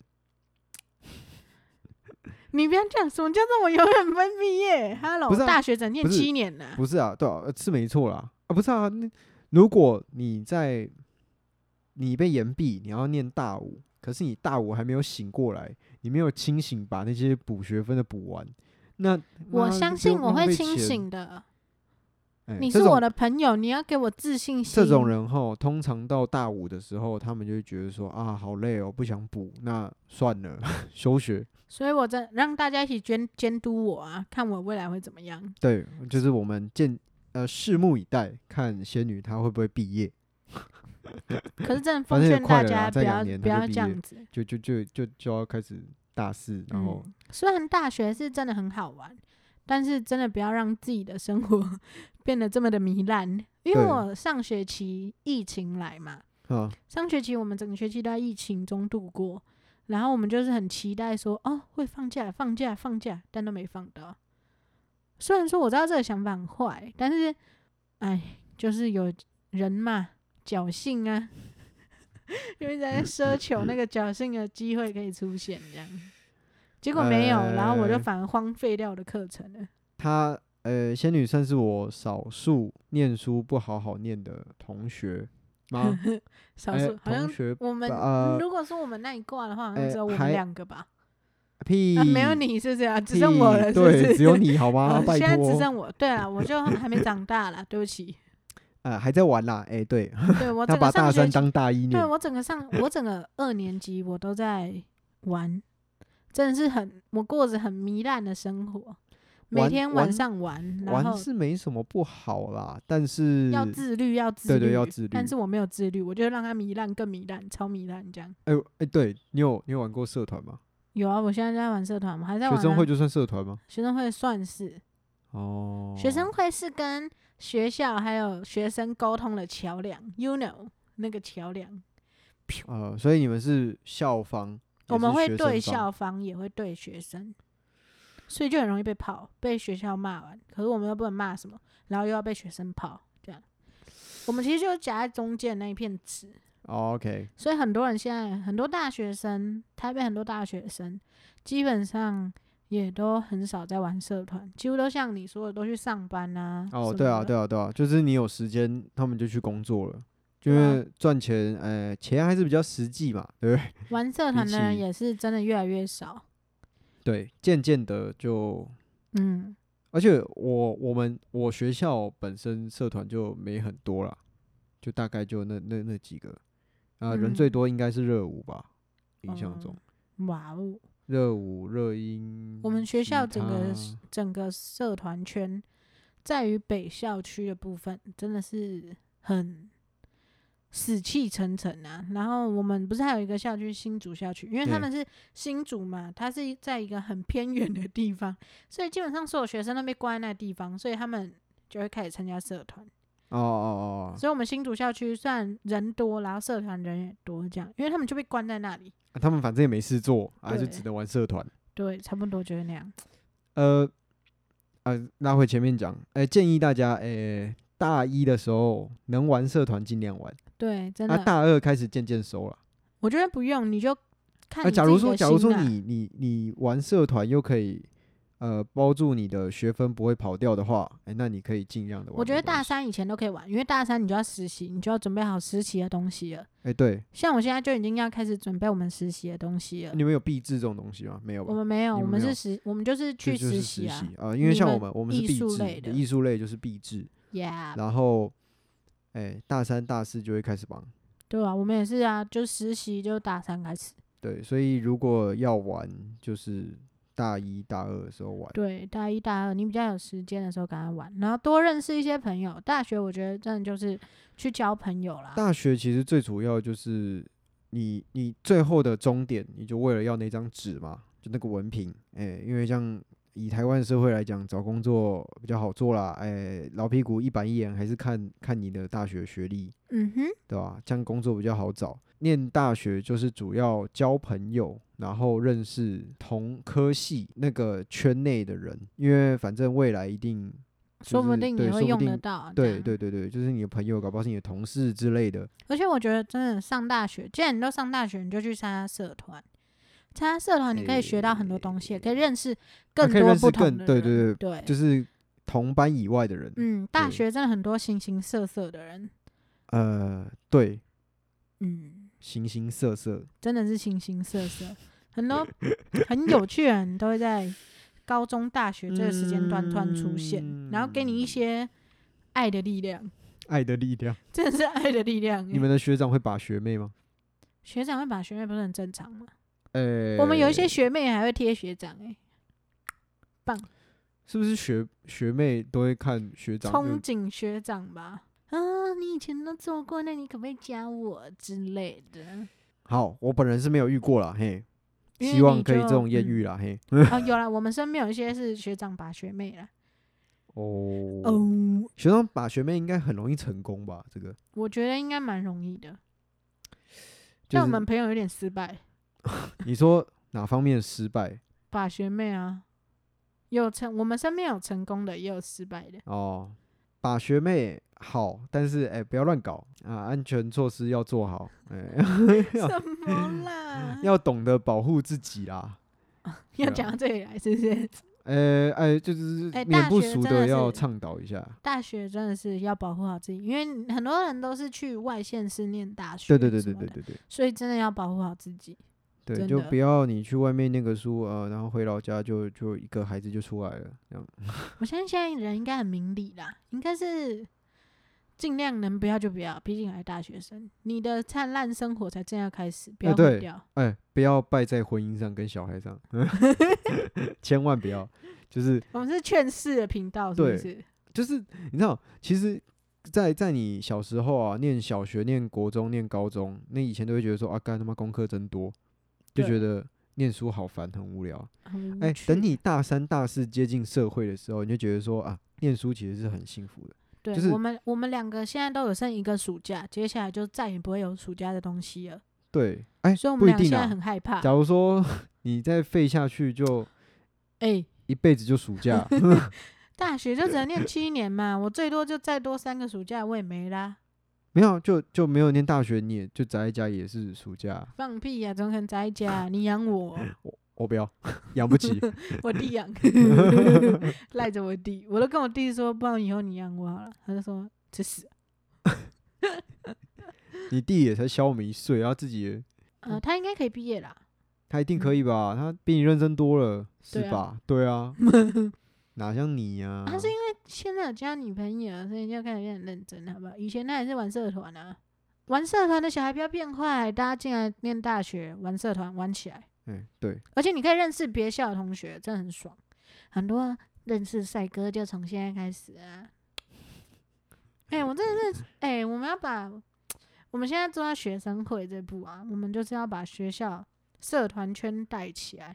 Speaker 2: 你不要这样，什么叫做我永远不会毕业？Hello，、
Speaker 1: 不是啊
Speaker 2: 大学整念
Speaker 1: 不是
Speaker 2: 七年呢、
Speaker 1: 不是啊，对啊，呃是没错啦，啊，不是啊，那如果你在你被延毕，你要念大五，可是你大五还没有醒过来，你没有清醒把那些补学分的补完，那
Speaker 2: 我相信我会清。
Speaker 1: 那就浪费钱
Speaker 2: 醒的。
Speaker 1: 哎
Speaker 2: 你
Speaker 1: 这
Speaker 2: 是我
Speaker 1: 种
Speaker 2: 的朋友，你要给我自信心。
Speaker 1: 这种人吼，通常到大五的时候，他们就会觉得说啊，好累哦，不想补，那算了， <laughs> 休学。
Speaker 2: 所以我在让大家一起监监督我啊，看我未来会怎么样。
Speaker 1: 对，就是我们见呃，拭目以待，看仙女她会不会毕业，
Speaker 2: 可是真的
Speaker 1: <laughs>
Speaker 2: 奉
Speaker 1: 反正也
Speaker 2: 劝大
Speaker 1: 快了啦
Speaker 2: 家
Speaker 1: 再
Speaker 2: 不
Speaker 1: 两
Speaker 2: 要
Speaker 1: 年
Speaker 2: 不
Speaker 1: 他就
Speaker 2: 要
Speaker 1: 毕
Speaker 2: 这
Speaker 1: 业
Speaker 2: 样子。
Speaker 1: 就就就就就要开始大四，然后、
Speaker 2: 嗯，虽然大学是真的很好玩，但是真的不要让自己的生活 <laughs> 变得这么的糜烂。因为
Speaker 1: 对
Speaker 2: 我上学期疫情来嘛，
Speaker 1: 啊，
Speaker 2: 上学期我们整个学期都在疫情中度过，然后我们就是很期待说，哦，会放假，放假，放假，但都没放到。虽然说我知道这个想法很坏，但是，哎，就是有人嘛，侥幸啊， <laughs> 因为在奢求那个侥幸的机会可以出现这样，结果没有，然后我就
Speaker 1: 呃
Speaker 2: 反而荒废掉我的课程了。
Speaker 1: 她呃，仙女算是我少数念书不好好念的同学吗？
Speaker 2: <laughs> 少
Speaker 1: 哎
Speaker 2: 数、好像
Speaker 1: 同学
Speaker 2: 我们、
Speaker 1: 呃
Speaker 2: 如果说我们那一挂的话，好像
Speaker 1: 哎
Speaker 2: 只有我
Speaker 1: 还
Speaker 2: 们两个吧。
Speaker 1: 屁、
Speaker 2: 啊，没有你是不是啊？只剩我了，
Speaker 1: 屁
Speaker 2: 是不是？
Speaker 1: 对，只有你
Speaker 2: <laughs>
Speaker 1: 好吗？
Speaker 2: 哦。
Speaker 1: 拜
Speaker 2: 现在只
Speaker 1: 托，
Speaker 2: 剩我，对啊，我就还没长大啦，对不
Speaker 1: <laughs>
Speaker 2: 起，
Speaker 1: 呃，还在玩啦，哎、对， <laughs>
Speaker 2: 对我
Speaker 1: 他
Speaker 2: 整
Speaker 1: 把
Speaker 2: 哦个
Speaker 1: 大
Speaker 2: 上
Speaker 1: 三
Speaker 2: 学期，
Speaker 1: 当大一念
Speaker 2: 对，我整个上我整个二年级我都在玩，真的是很我过着很糜烂的生活，每
Speaker 1: 玩
Speaker 2: 天
Speaker 1: 玩
Speaker 2: 晚上玩，然
Speaker 1: 玩
Speaker 2: 后
Speaker 1: 是没什么不好啦，但是
Speaker 2: 要自律，要自
Speaker 1: 对
Speaker 2: 律，
Speaker 1: 对要自律
Speaker 2: 但是我没有自律，我就让它糜烂更糜烂，超糜烂这样。
Speaker 1: 哎呦哎、对你有你有玩过社团吗？
Speaker 2: 有啊，我现在在玩社团嘛，还在玩、
Speaker 1: 学
Speaker 2: 啊、
Speaker 1: 生会，就算社团吗？
Speaker 2: 学生会算是，
Speaker 1: 哦，
Speaker 2: 学生会是跟学校还有学生沟通的桥梁，you know 那个桥梁。
Speaker 1: 呃，所以你们是校方，
Speaker 2: 我们
Speaker 1: 也
Speaker 2: 会
Speaker 1: 是学
Speaker 2: 对
Speaker 1: 生方
Speaker 2: 校方，也会对学生，所以就很容易被泡，被学校骂完。可是我们又不能骂什么，然后又要被学生泡，这样。我们其实就是夹在中间那一片纸，
Speaker 1: 哦，OK，
Speaker 2: 所以很多人现在很多大学生，台北很多大学生基本上也都很少在玩社团，几乎都像你说的都去上班啊。
Speaker 1: 哦，对啊，对
Speaker 2: 啊，
Speaker 1: 啊，对啊，就是你有时间，他们就去工作了，因
Speaker 2: 对啊
Speaker 1: 为赚钱，呃，钱还是比较实际嘛，对不 <laughs> 对？
Speaker 2: 玩社团的人
Speaker 1: 比起
Speaker 2: 也是真的越来越少。
Speaker 1: 对，渐渐的就，
Speaker 2: 嗯，
Speaker 1: 而且我我们我学校本身社团就没很多啦，就大概就那那那几个，啊、人最
Speaker 2: 嗯
Speaker 1: 多应该是热舞吧，印象
Speaker 2: 哦
Speaker 1: 中，
Speaker 2: 哇哦，
Speaker 1: 热舞、热音，
Speaker 2: 我们学
Speaker 1: 吉
Speaker 2: 校整个
Speaker 1: 他
Speaker 2: 是整个社团圈，在于北校区的部分真的是很死气沉沉啊。然后我们不是还有一个校区新竹校区，因为他
Speaker 1: 对
Speaker 2: 们是新竹嘛，它是在一个很偏远的地方，所以基本上所有学生都被关在那地方，所以他们就会开始参加社团。
Speaker 1: 哦哦哦
Speaker 2: 所以我们新竹校区虽然人多，然后社团人也多，这样，因为他们就被关在那里。
Speaker 1: 啊，他们反正也没事做，啊，就
Speaker 2: 对
Speaker 1: 只能玩社团。
Speaker 2: 对，差不多就是那样。
Speaker 1: 呃，呃，拉回前面讲，哎、建议大家，哎、大一的时候能玩社团尽量玩，
Speaker 2: 对，真
Speaker 1: 那、
Speaker 2: 的，
Speaker 1: 啊大二开始渐渐收了。
Speaker 2: 我觉得不用，你就看
Speaker 1: 那、
Speaker 2: 你
Speaker 1: 啊假如
Speaker 2: 自己
Speaker 1: 说，
Speaker 2: 的
Speaker 1: 假如
Speaker 2: 心啊
Speaker 1: 说
Speaker 2: 啦
Speaker 1: 你你你玩社团又可以，呃，包住你的学分不会跑掉的话，哎、那你可以尽量的玩。
Speaker 2: 我觉
Speaker 1: 没
Speaker 2: 得
Speaker 1: 关
Speaker 2: 大
Speaker 1: 系，
Speaker 2: 三以前都可以玩，因为大三你就要实习，你就要准备好实习的东西了。
Speaker 1: 哎、对，
Speaker 2: 像我现在就已经要开始准备我们实习的东西了。
Speaker 1: 你们有币制这种东西吗？没有吧？
Speaker 2: 我们没有，
Speaker 1: 你
Speaker 2: 我
Speaker 1: 们
Speaker 2: 们
Speaker 1: 没
Speaker 2: 是
Speaker 1: 有
Speaker 2: 实，我们就是去
Speaker 1: 就是
Speaker 2: 实
Speaker 1: 习
Speaker 2: 啊。
Speaker 1: 啊、因为
Speaker 2: 你
Speaker 1: 像我
Speaker 2: 们
Speaker 1: 们，我们是
Speaker 2: 艺
Speaker 1: 币
Speaker 2: 术
Speaker 1: 制
Speaker 2: 类的啊
Speaker 1: 艺术类就是币制，
Speaker 2: Yeah，
Speaker 1: 然后，哎、大三大四就会开始忙。
Speaker 2: 对啊，我们也是啊，就实习就大三开始。
Speaker 1: 对，所以如果要玩，就是大一大二的时候玩。
Speaker 2: 对，大一、大二你比较有时间的时候赶快玩，然后多认识一些朋友。大学我觉得真的就是去交朋友啦。
Speaker 1: 大学其实最主要就是你你最后的终点，你就为了要那张纸嘛，就那个文凭。哎、因为像以台湾社会来讲，找工作比较好做啦。哎、老屁股一板一眼，还是看看你的大学学历，
Speaker 2: 嗯哼，
Speaker 1: 对吧？这样工作比较好找。念大学就是主要交朋友，然后认识同科系那个圈内的人，因为反正未来一定
Speaker 2: 说不
Speaker 1: 是
Speaker 2: 定
Speaker 1: 对
Speaker 2: 你会
Speaker 1: 说不
Speaker 2: 用得
Speaker 1: 定
Speaker 2: 到啊。这
Speaker 1: 对
Speaker 2: 样
Speaker 1: 对对对，就是你的朋友，搞不好是你的同事之类的。
Speaker 2: 而且我觉得真的上大学，既然你都上大学，你就去参加社团。参加社团，你可以学到很多东西，也可以认识更
Speaker 1: 啊可以
Speaker 2: 多
Speaker 1: 认识
Speaker 2: 不同
Speaker 1: 更
Speaker 2: 的人。
Speaker 1: 对对
Speaker 2: 对
Speaker 1: 就是同班以外的人，
Speaker 2: 嗯，大
Speaker 1: 对
Speaker 2: 学真的很多形形色色的人，
Speaker 1: 呃，对，
Speaker 2: 嗯，
Speaker 1: 形形色色，
Speaker 2: 真的是形形色色，很
Speaker 1: <laughs>
Speaker 2: 多很有趣的人都会在高中、大学这个时间段突然出现，然后给你一些爱的力量，
Speaker 1: 嗯爱的力量。
Speaker 2: 真的是爱的力量欸。
Speaker 1: 你们的学长会把学妹吗？
Speaker 2: 学长会把学妹不是很正常吗？
Speaker 1: 呃，
Speaker 2: 我们有一些学妹还会贴学长、欸，
Speaker 1: 是不是学学妹都会看学长？
Speaker 2: 憧憬学长吧。啊，你以前都做过，那你可不可以加我之类
Speaker 1: <laughs>
Speaker 2: 的？
Speaker 1: 好，我本人是没有遇过啦，嘿，
Speaker 2: 因为
Speaker 1: 希望
Speaker 2: 你
Speaker 1: 可以
Speaker 2: 就
Speaker 1: 这种艳遇啦，嘿。
Speaker 2: 哦，有啦，我们身边有一些是学长把学妹啦。
Speaker 1: 哦，
Speaker 2: 哦，
Speaker 1: 学长把学妹应该很容易成功吧？这个
Speaker 2: 我觉得应该蛮容易的，
Speaker 1: 就
Speaker 2: 但我
Speaker 1: 是
Speaker 2: 们朋友有点失败，
Speaker 1: 你说哪方面失败？
Speaker 2: 把学妹啊，有成，我们身边有成功的，也有失败
Speaker 1: <laughs>
Speaker 2: 的。
Speaker 1: 哦，把学妹好，但是哎、不要乱搞啊，安全措施要做好，哎、
Speaker 2: 嗯什么啦？<laughs>
Speaker 1: <laughs> 要啊懂得保护自己啦。
Speaker 2: 要讲到这里来，是不是？ <laughs>
Speaker 1: 呃、哎、就是
Speaker 2: 哎
Speaker 1: 免
Speaker 2: 大
Speaker 1: 不
Speaker 2: 学
Speaker 1: 熟
Speaker 2: 真
Speaker 1: 的
Speaker 2: 的
Speaker 1: 要
Speaker 2: 是
Speaker 1: 倡导一下。
Speaker 2: 大学真的是要保护好自己，因为很多人都是去外县市念大学，
Speaker 1: 对对对对对，对对
Speaker 2: 所以真的要保护好自己。
Speaker 1: 对，
Speaker 2: 真
Speaker 1: 就
Speaker 2: 的
Speaker 1: 不要你去外面那个书呃，然后回老家就就一个孩子就出来了，这样
Speaker 2: 我相信现在人应该很明理啦，应该是尽量能不要就不要，毕竟还是大学生，你的灿烂生活才正要开始，不
Speaker 1: 哎
Speaker 2: 要
Speaker 1: 对
Speaker 2: 毁掉。
Speaker 1: 哎、不要败在婚姻上跟小孩上， <laughs> 千万不要，就是
Speaker 2: 我们是劝世的频道，是
Speaker 1: 对
Speaker 2: 不是？
Speaker 1: 就是你知道，其实在，在你小时候啊，念小学、念国中、念高中，那以前都会觉得说啊，干他妈功课真多，就
Speaker 2: 对
Speaker 1: 觉得念书好烦，很无聊。
Speaker 2: 很无
Speaker 1: 哎、
Speaker 2: 趣
Speaker 1: 等你大三、大四接近社会的时候，你就觉得说啊，念书其实是很幸福的。
Speaker 2: 对、
Speaker 1: 就是
Speaker 2: 我们我们两个现在都有剩一个暑假，接下来就再也不会有暑假的东西了，
Speaker 1: 对，哎、
Speaker 2: 所以我
Speaker 1: 不
Speaker 2: 们俩
Speaker 1: 一
Speaker 2: 现
Speaker 1: 定
Speaker 2: 在
Speaker 1: 啊
Speaker 2: 很。害怕。
Speaker 1: 假如说 <laughs> 你再废下去，就
Speaker 2: 哎、
Speaker 1: 一辈子就
Speaker 2: <laughs>
Speaker 1: 暑假。
Speaker 2: 大学就只能念七年嘛，我最多就再多三个暑假我也没啦，
Speaker 1: 没有，就就没有念大学，你也就宅在家也是暑假。
Speaker 2: 放屁呀、怎么可能宅在家啊、你养我，
Speaker 1: 我不要， <laughs> 养不
Speaker 2: <laughs>
Speaker 1: 起。
Speaker 2: 我弟养，赖着我弟，我都跟我弟说，不然以后你养我好了。他就说去死。
Speaker 1: 你弟也才小我们一岁，然后自己也
Speaker 2: 呃，他应该可以毕业啦。
Speaker 1: 他一定
Speaker 2: 嗯
Speaker 1: 可以吧？他比你认真多了，是
Speaker 2: 对啊
Speaker 1: 吧？对啊，
Speaker 2: <laughs>
Speaker 1: 哪像你啊呀、
Speaker 2: 他是因为现在有交女朋友，啊所以就开始变得认真，好不好？以前他也是玩社团啊，玩社团的小孩不要变坏，大家进来念大学玩社团玩起来，
Speaker 1: 哎、对，
Speaker 2: 而且你可以认识别校的同学，真的很爽。很多认识帅哥就从现在开始啊。哎、我真的是，哎、我们要把我们现在做到学生会这步啊，我们就是要把学校社团圈带起来，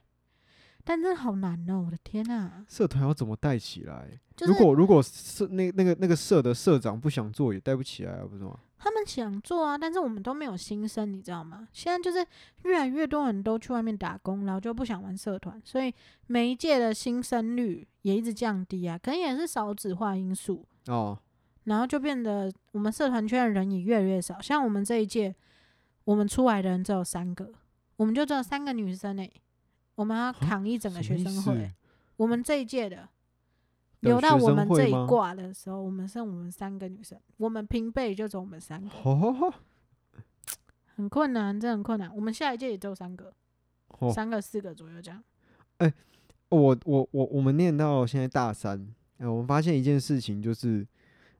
Speaker 2: 但真的好难哦！我的天啊，
Speaker 1: 社团要怎么带起来？
Speaker 2: 就是
Speaker 1: 如果如果社那那个那个社的社长不想做，也带不起来啊，不是吗？
Speaker 2: 他们想做啊，但是我们都没有新生，你知道吗？现在就是越来越多人都去外面打工，然后就不想玩社团，所以每一届的新生率也一直降低啊，可能也是少子化因素， <laughs>
Speaker 1: 哦，
Speaker 2: 然后就变得我们社团圈的人也越来越少。像我们这一届，我们出来的人只有三个，我们就只有三个女生诶、欸我们要扛一整个
Speaker 1: 什
Speaker 2: 学
Speaker 1: 么意
Speaker 2: 生会
Speaker 1: 思，
Speaker 2: 我们这一届的。
Speaker 1: 有
Speaker 2: 留到
Speaker 1: 学
Speaker 2: 我
Speaker 1: 生
Speaker 2: 们
Speaker 1: 会
Speaker 2: 这
Speaker 1: 吗
Speaker 2: 一挂的时候，我们剩我们三个女生，我们平辈就只有我们三个。
Speaker 1: 哦
Speaker 2: 很困难，这很困难。我们下一届也只有三个，
Speaker 1: 哦，
Speaker 2: 三个四个左右这样。
Speaker 1: 我我我我们念到现在大三，呃，我们发现一件事情就是，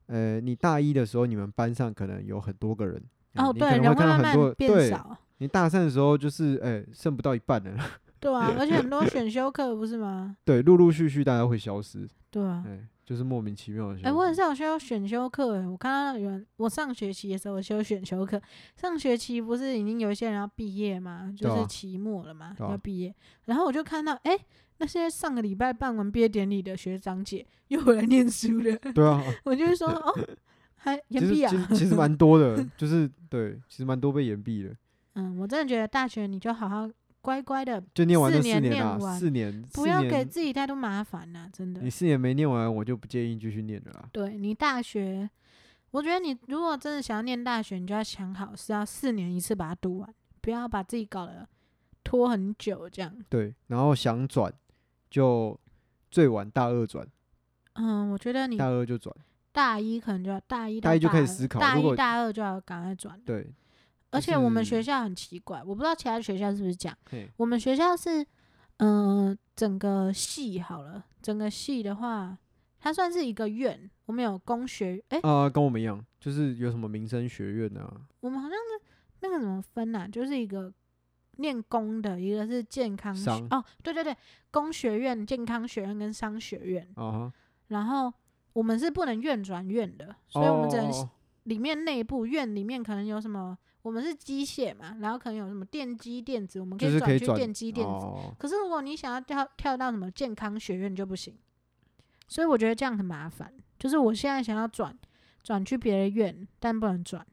Speaker 1: 呃，你大一的时候，你们班上可能有很多个人，啊
Speaker 2: 哦，
Speaker 1: 你可
Speaker 2: 对，
Speaker 1: 能
Speaker 2: 人会
Speaker 1: 会看到
Speaker 2: 慢
Speaker 1: 很多
Speaker 2: 慢，变
Speaker 1: 对，
Speaker 2: 少，
Speaker 1: 你大三的时候就是，呃，剩不到一半了， <laughs>
Speaker 2: 对啊，而且很多选修课不是吗？
Speaker 1: 对，陆陆续续大家会消失，
Speaker 2: 对啊
Speaker 1: 哎、，就是莫名其妙的消失。
Speaker 2: 哎、我也是有修选修课、欸，我看到有人，我上学期的时候有修选修课，上学期不是已经有一些人要毕业嘛，
Speaker 1: 对
Speaker 2: 就
Speaker 1: 啊
Speaker 2: 是期末了嘛，
Speaker 1: 对啊
Speaker 2: 要毕业，然后我就看到，哎、那些上个礼拜办完毕业典礼的学长姐又回来念书了，
Speaker 1: <laughs>
Speaker 2: <laughs>
Speaker 1: 对啊，
Speaker 2: 我就会说，
Speaker 1: <laughs>
Speaker 2: 哦，还
Speaker 1: 其
Speaker 2: 延
Speaker 1: 实
Speaker 2: 毕
Speaker 1: 其
Speaker 2: 啊，
Speaker 1: 实其实蛮多
Speaker 2: <laughs>
Speaker 1: 的，就是对，其实蛮多被延毕的，
Speaker 2: 嗯，我真的觉得大学你就好好乖乖的
Speaker 1: 就念完
Speaker 2: 四
Speaker 1: 这
Speaker 2: 年
Speaker 1: 年
Speaker 2: 念
Speaker 1: 啊，
Speaker 2: 完
Speaker 1: 四年，
Speaker 2: 不
Speaker 1: 四
Speaker 2: 要
Speaker 1: 年
Speaker 2: 给自己太多麻烦呐、真的
Speaker 1: 你。四年没念完，我就不建议继续念了啦。
Speaker 2: 对你大学，我觉得你如果真的想要念大学，你就要想好是要四年一次把它读完，不要把自己搞得拖很久这样。
Speaker 1: 对，然后想转就最晚大二转，
Speaker 2: 嗯，我觉得你
Speaker 1: 大二就转。
Speaker 2: 大一可能就要大一到
Speaker 1: 大一就开始
Speaker 2: 二
Speaker 1: 思考
Speaker 2: 大
Speaker 1: 如果
Speaker 2: 一大二就要赶快转。
Speaker 1: 对，
Speaker 2: 而
Speaker 1: 就
Speaker 2: 且我们学
Speaker 1: 是
Speaker 2: 校很奇怪，我不知道其他学校是不是这样。
Speaker 1: 嘿，
Speaker 2: 我们学校是，嗯、整个系好了，整个系的话，它算是一个院。我们有工学，哎、
Speaker 1: 啊、跟我们一样，就是有什么民生学院啊，
Speaker 2: 我们好像是那个怎么分呐、就是一个念工的，一个是健康学
Speaker 1: 商
Speaker 2: 哦，对对对，工学院、健康学院跟商学院。
Speaker 1: 啊哈，
Speaker 2: 然后我们是不能院转院的，所以我们只能
Speaker 1: 哦
Speaker 2: 里面内部院里面可能有什么，我们是机械嘛，然后可能有什么电机、电子，我们可
Speaker 1: 就是
Speaker 2: 以
Speaker 1: 可以
Speaker 2: 去
Speaker 1: 转
Speaker 2: 电机、电子。
Speaker 1: 哦，
Speaker 2: 可是如果你想要跳跳到什么健康学院就不行，所以我觉得这样很麻烦。就是我现在想要转转去别的院，但不能转，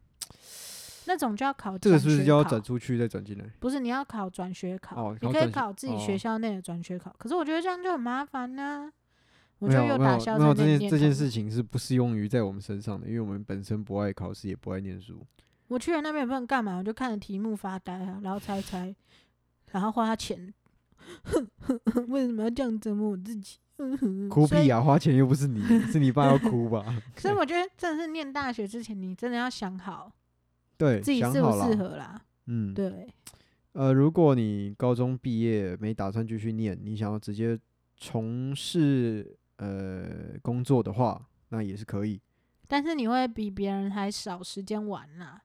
Speaker 2: 那种就要考
Speaker 1: 这个
Speaker 2: 转
Speaker 1: 是不是
Speaker 2: 学
Speaker 1: 就要
Speaker 2: 考
Speaker 1: 转？出去再转进来？
Speaker 2: 不是，你要考转学考，
Speaker 1: 哦
Speaker 2: 你可
Speaker 1: 考转
Speaker 2: 以
Speaker 1: 学
Speaker 2: 考自己学
Speaker 1: 哦
Speaker 2: 校内的转学考。可是我觉得这样就很麻烦呢、我
Speaker 1: 没
Speaker 2: 就
Speaker 1: 有
Speaker 2: 又
Speaker 1: 没
Speaker 2: 打
Speaker 1: 有
Speaker 2: 消
Speaker 1: 没有
Speaker 2: 这
Speaker 1: 这
Speaker 2: 个
Speaker 1: 件
Speaker 2: 念
Speaker 1: 这件
Speaker 2: 头
Speaker 1: 事情是不适用于在我们身上的，因为我们本身不爱考试，也不爱念书。
Speaker 2: 我去了那边也不能干嘛，我就看着题目发呆啊，然后猜猜，然后花钱。 <laughs> 为什么要这样折磨我自己？
Speaker 1: 哭
Speaker 2: 嗯所以
Speaker 1: 屁啊！花钱又不是
Speaker 2: <laughs>
Speaker 1: 你，是你爸要哭吧？ <laughs>
Speaker 2: 所以我觉得，真的是念大学之前，你真的要想好
Speaker 1: 对，
Speaker 2: 自己
Speaker 1: 想
Speaker 2: 适不
Speaker 1: 好
Speaker 2: 适
Speaker 1: 啦。
Speaker 2: 合啦。
Speaker 1: 嗯，
Speaker 2: 对，
Speaker 1: 呃，如果你高中毕业没打算继续念，你想要直接从事呃工作的话，那也是可以。
Speaker 2: 但是你会比别人还少时间玩啦，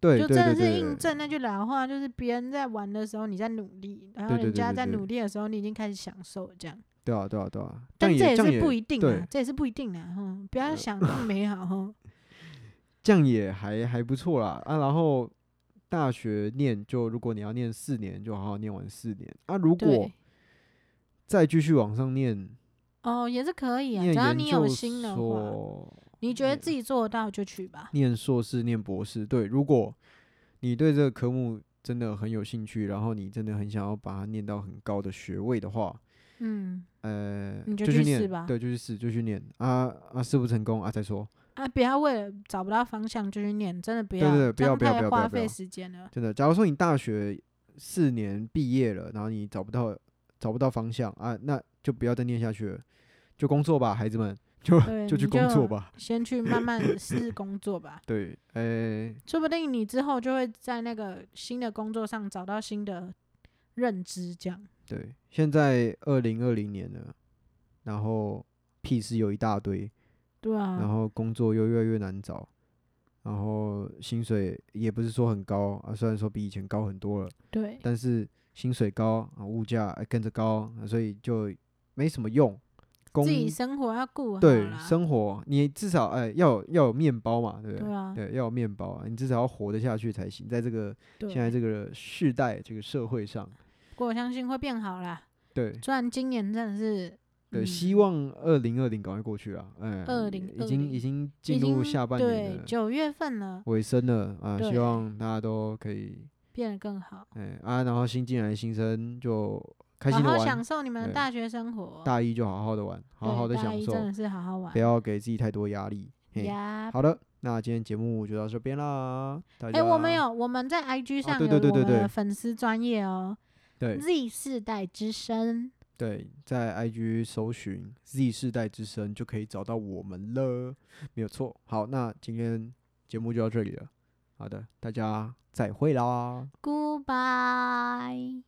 Speaker 1: 对
Speaker 2: 就
Speaker 1: 对对
Speaker 2: 真的
Speaker 1: 对
Speaker 2: 是
Speaker 1: 对
Speaker 2: 印证那句老话，就是别人在玩的时候你在努力，然后
Speaker 1: 对对
Speaker 2: 人
Speaker 1: 对
Speaker 2: 家
Speaker 1: 对
Speaker 2: 在
Speaker 1: 对
Speaker 2: 努力的时候你已经开始享受了这样。
Speaker 1: 对啊对啊对啊，
Speaker 2: 但
Speaker 1: 也
Speaker 2: 这也
Speaker 1: 样
Speaker 2: 是不一定
Speaker 1: 对呃
Speaker 2: 啊，这也是不一定啊，哼，不要想那么美好
Speaker 1: <laughs>
Speaker 2: 哼。
Speaker 1: 这样也还还不错啦啊。然后大学念就如果你要念四年，就好好念完四年啊。如果
Speaker 2: 对，
Speaker 1: 再继续往上念，
Speaker 2: 哦，也是可以啊，
Speaker 1: 念
Speaker 2: 只要
Speaker 1: 研
Speaker 2: 你有
Speaker 1: 究
Speaker 2: 心的话，
Speaker 1: 所、
Speaker 2: 你觉得
Speaker 1: 念
Speaker 2: 自己做得到就去吧。
Speaker 1: 念硕士、念博士，对，如果你对这个科目真的很有兴趣，然后你真的很想要把它念到很高的学位的话，
Speaker 2: 嗯，
Speaker 1: 呃，
Speaker 2: 你就
Speaker 1: 去
Speaker 2: 去
Speaker 1: 念
Speaker 2: 试吧
Speaker 1: 对，就去试，就去念啊啊，试不成功啊再说，
Speaker 2: 啊，不要为了找不到方向就去念，真的不
Speaker 1: 对
Speaker 2: 要，
Speaker 1: 对不
Speaker 2: 这
Speaker 1: 要
Speaker 2: 样
Speaker 1: 不要
Speaker 2: 太
Speaker 1: 不要不
Speaker 2: 花
Speaker 1: 要不
Speaker 2: 费
Speaker 1: 要
Speaker 2: 时间了。
Speaker 1: 真的。假如说你大学四年毕业了，然后你找不到找不到方向啊，那就不要再念下去了，就工作吧，孩子们，就
Speaker 2: 对，
Speaker 1: 就去
Speaker 2: 你
Speaker 1: 工作吧。
Speaker 2: 先去慢
Speaker 1: <laughs>
Speaker 2: 慢试工作吧，
Speaker 1: 对，呃，
Speaker 2: 说不定你之后就会在那个新的工作上找到新的认知。这样，
Speaker 1: 对，现在二零二零年了，然后屁事有一大堆，
Speaker 2: 对
Speaker 1: 然
Speaker 2: 啊，
Speaker 1: 后工作又越来越难找，然后薪水也不是说很高啊，虽然说比以前高很多了，
Speaker 2: 对，
Speaker 1: 但是薪水高啊，物价、呃跟着高、啊所以就没什么用。工
Speaker 2: 自己生活要顾好
Speaker 1: 对
Speaker 2: 啦
Speaker 1: 生活，你至少哎要有要有面包嘛，对不对？
Speaker 2: 对啊，
Speaker 1: 对，要有面包啊，你至少要活得下去才行。在这个
Speaker 2: 对
Speaker 1: 现在这个世代、这个社会上，
Speaker 2: 不过我相信会变好啦。
Speaker 1: 对
Speaker 2: 虽然今年真的是，
Speaker 1: 对，
Speaker 2: 嗯
Speaker 1: 希望二零二零赶快过去啊！哎，
Speaker 2: 2020
Speaker 1: 已经已经进
Speaker 2: 已
Speaker 1: 入
Speaker 2: 经
Speaker 1: 下半年
Speaker 2: 对
Speaker 1: 的
Speaker 2: 九月份了，
Speaker 1: 尾声了啊，希
Speaker 2: 对
Speaker 1: 望大家都可以
Speaker 2: 变得更好，
Speaker 1: 哎啊，然后新进来的新生就开
Speaker 2: 好
Speaker 1: 心的
Speaker 2: 好
Speaker 1: 玩
Speaker 2: 享，受你们的
Speaker 1: 对
Speaker 2: 大学生活，
Speaker 1: 大一就好好的玩，好
Speaker 2: 对
Speaker 1: 好的
Speaker 2: 大
Speaker 1: 享
Speaker 2: 一
Speaker 1: 受，
Speaker 2: 真的是好好玩
Speaker 1: 不。要给自己太多压力。嘿
Speaker 2: 呀，
Speaker 1: 好的，那今天节目就到这边啦。哎
Speaker 2: 哎、我们有我们在 IG 上
Speaker 1: 啊对
Speaker 2: 有
Speaker 1: 对对
Speaker 2: 我
Speaker 1: 对
Speaker 2: 们
Speaker 1: 对
Speaker 2: 的粉丝专业哦
Speaker 1: 对
Speaker 2: ，Z 世代之声，
Speaker 1: 对，在 IG 搜寻 Z 世代之声就可以找到我们了，没有错。好，那今天节目就到这里了。好的，大家再会啦。
Speaker 2: ，Goodbye。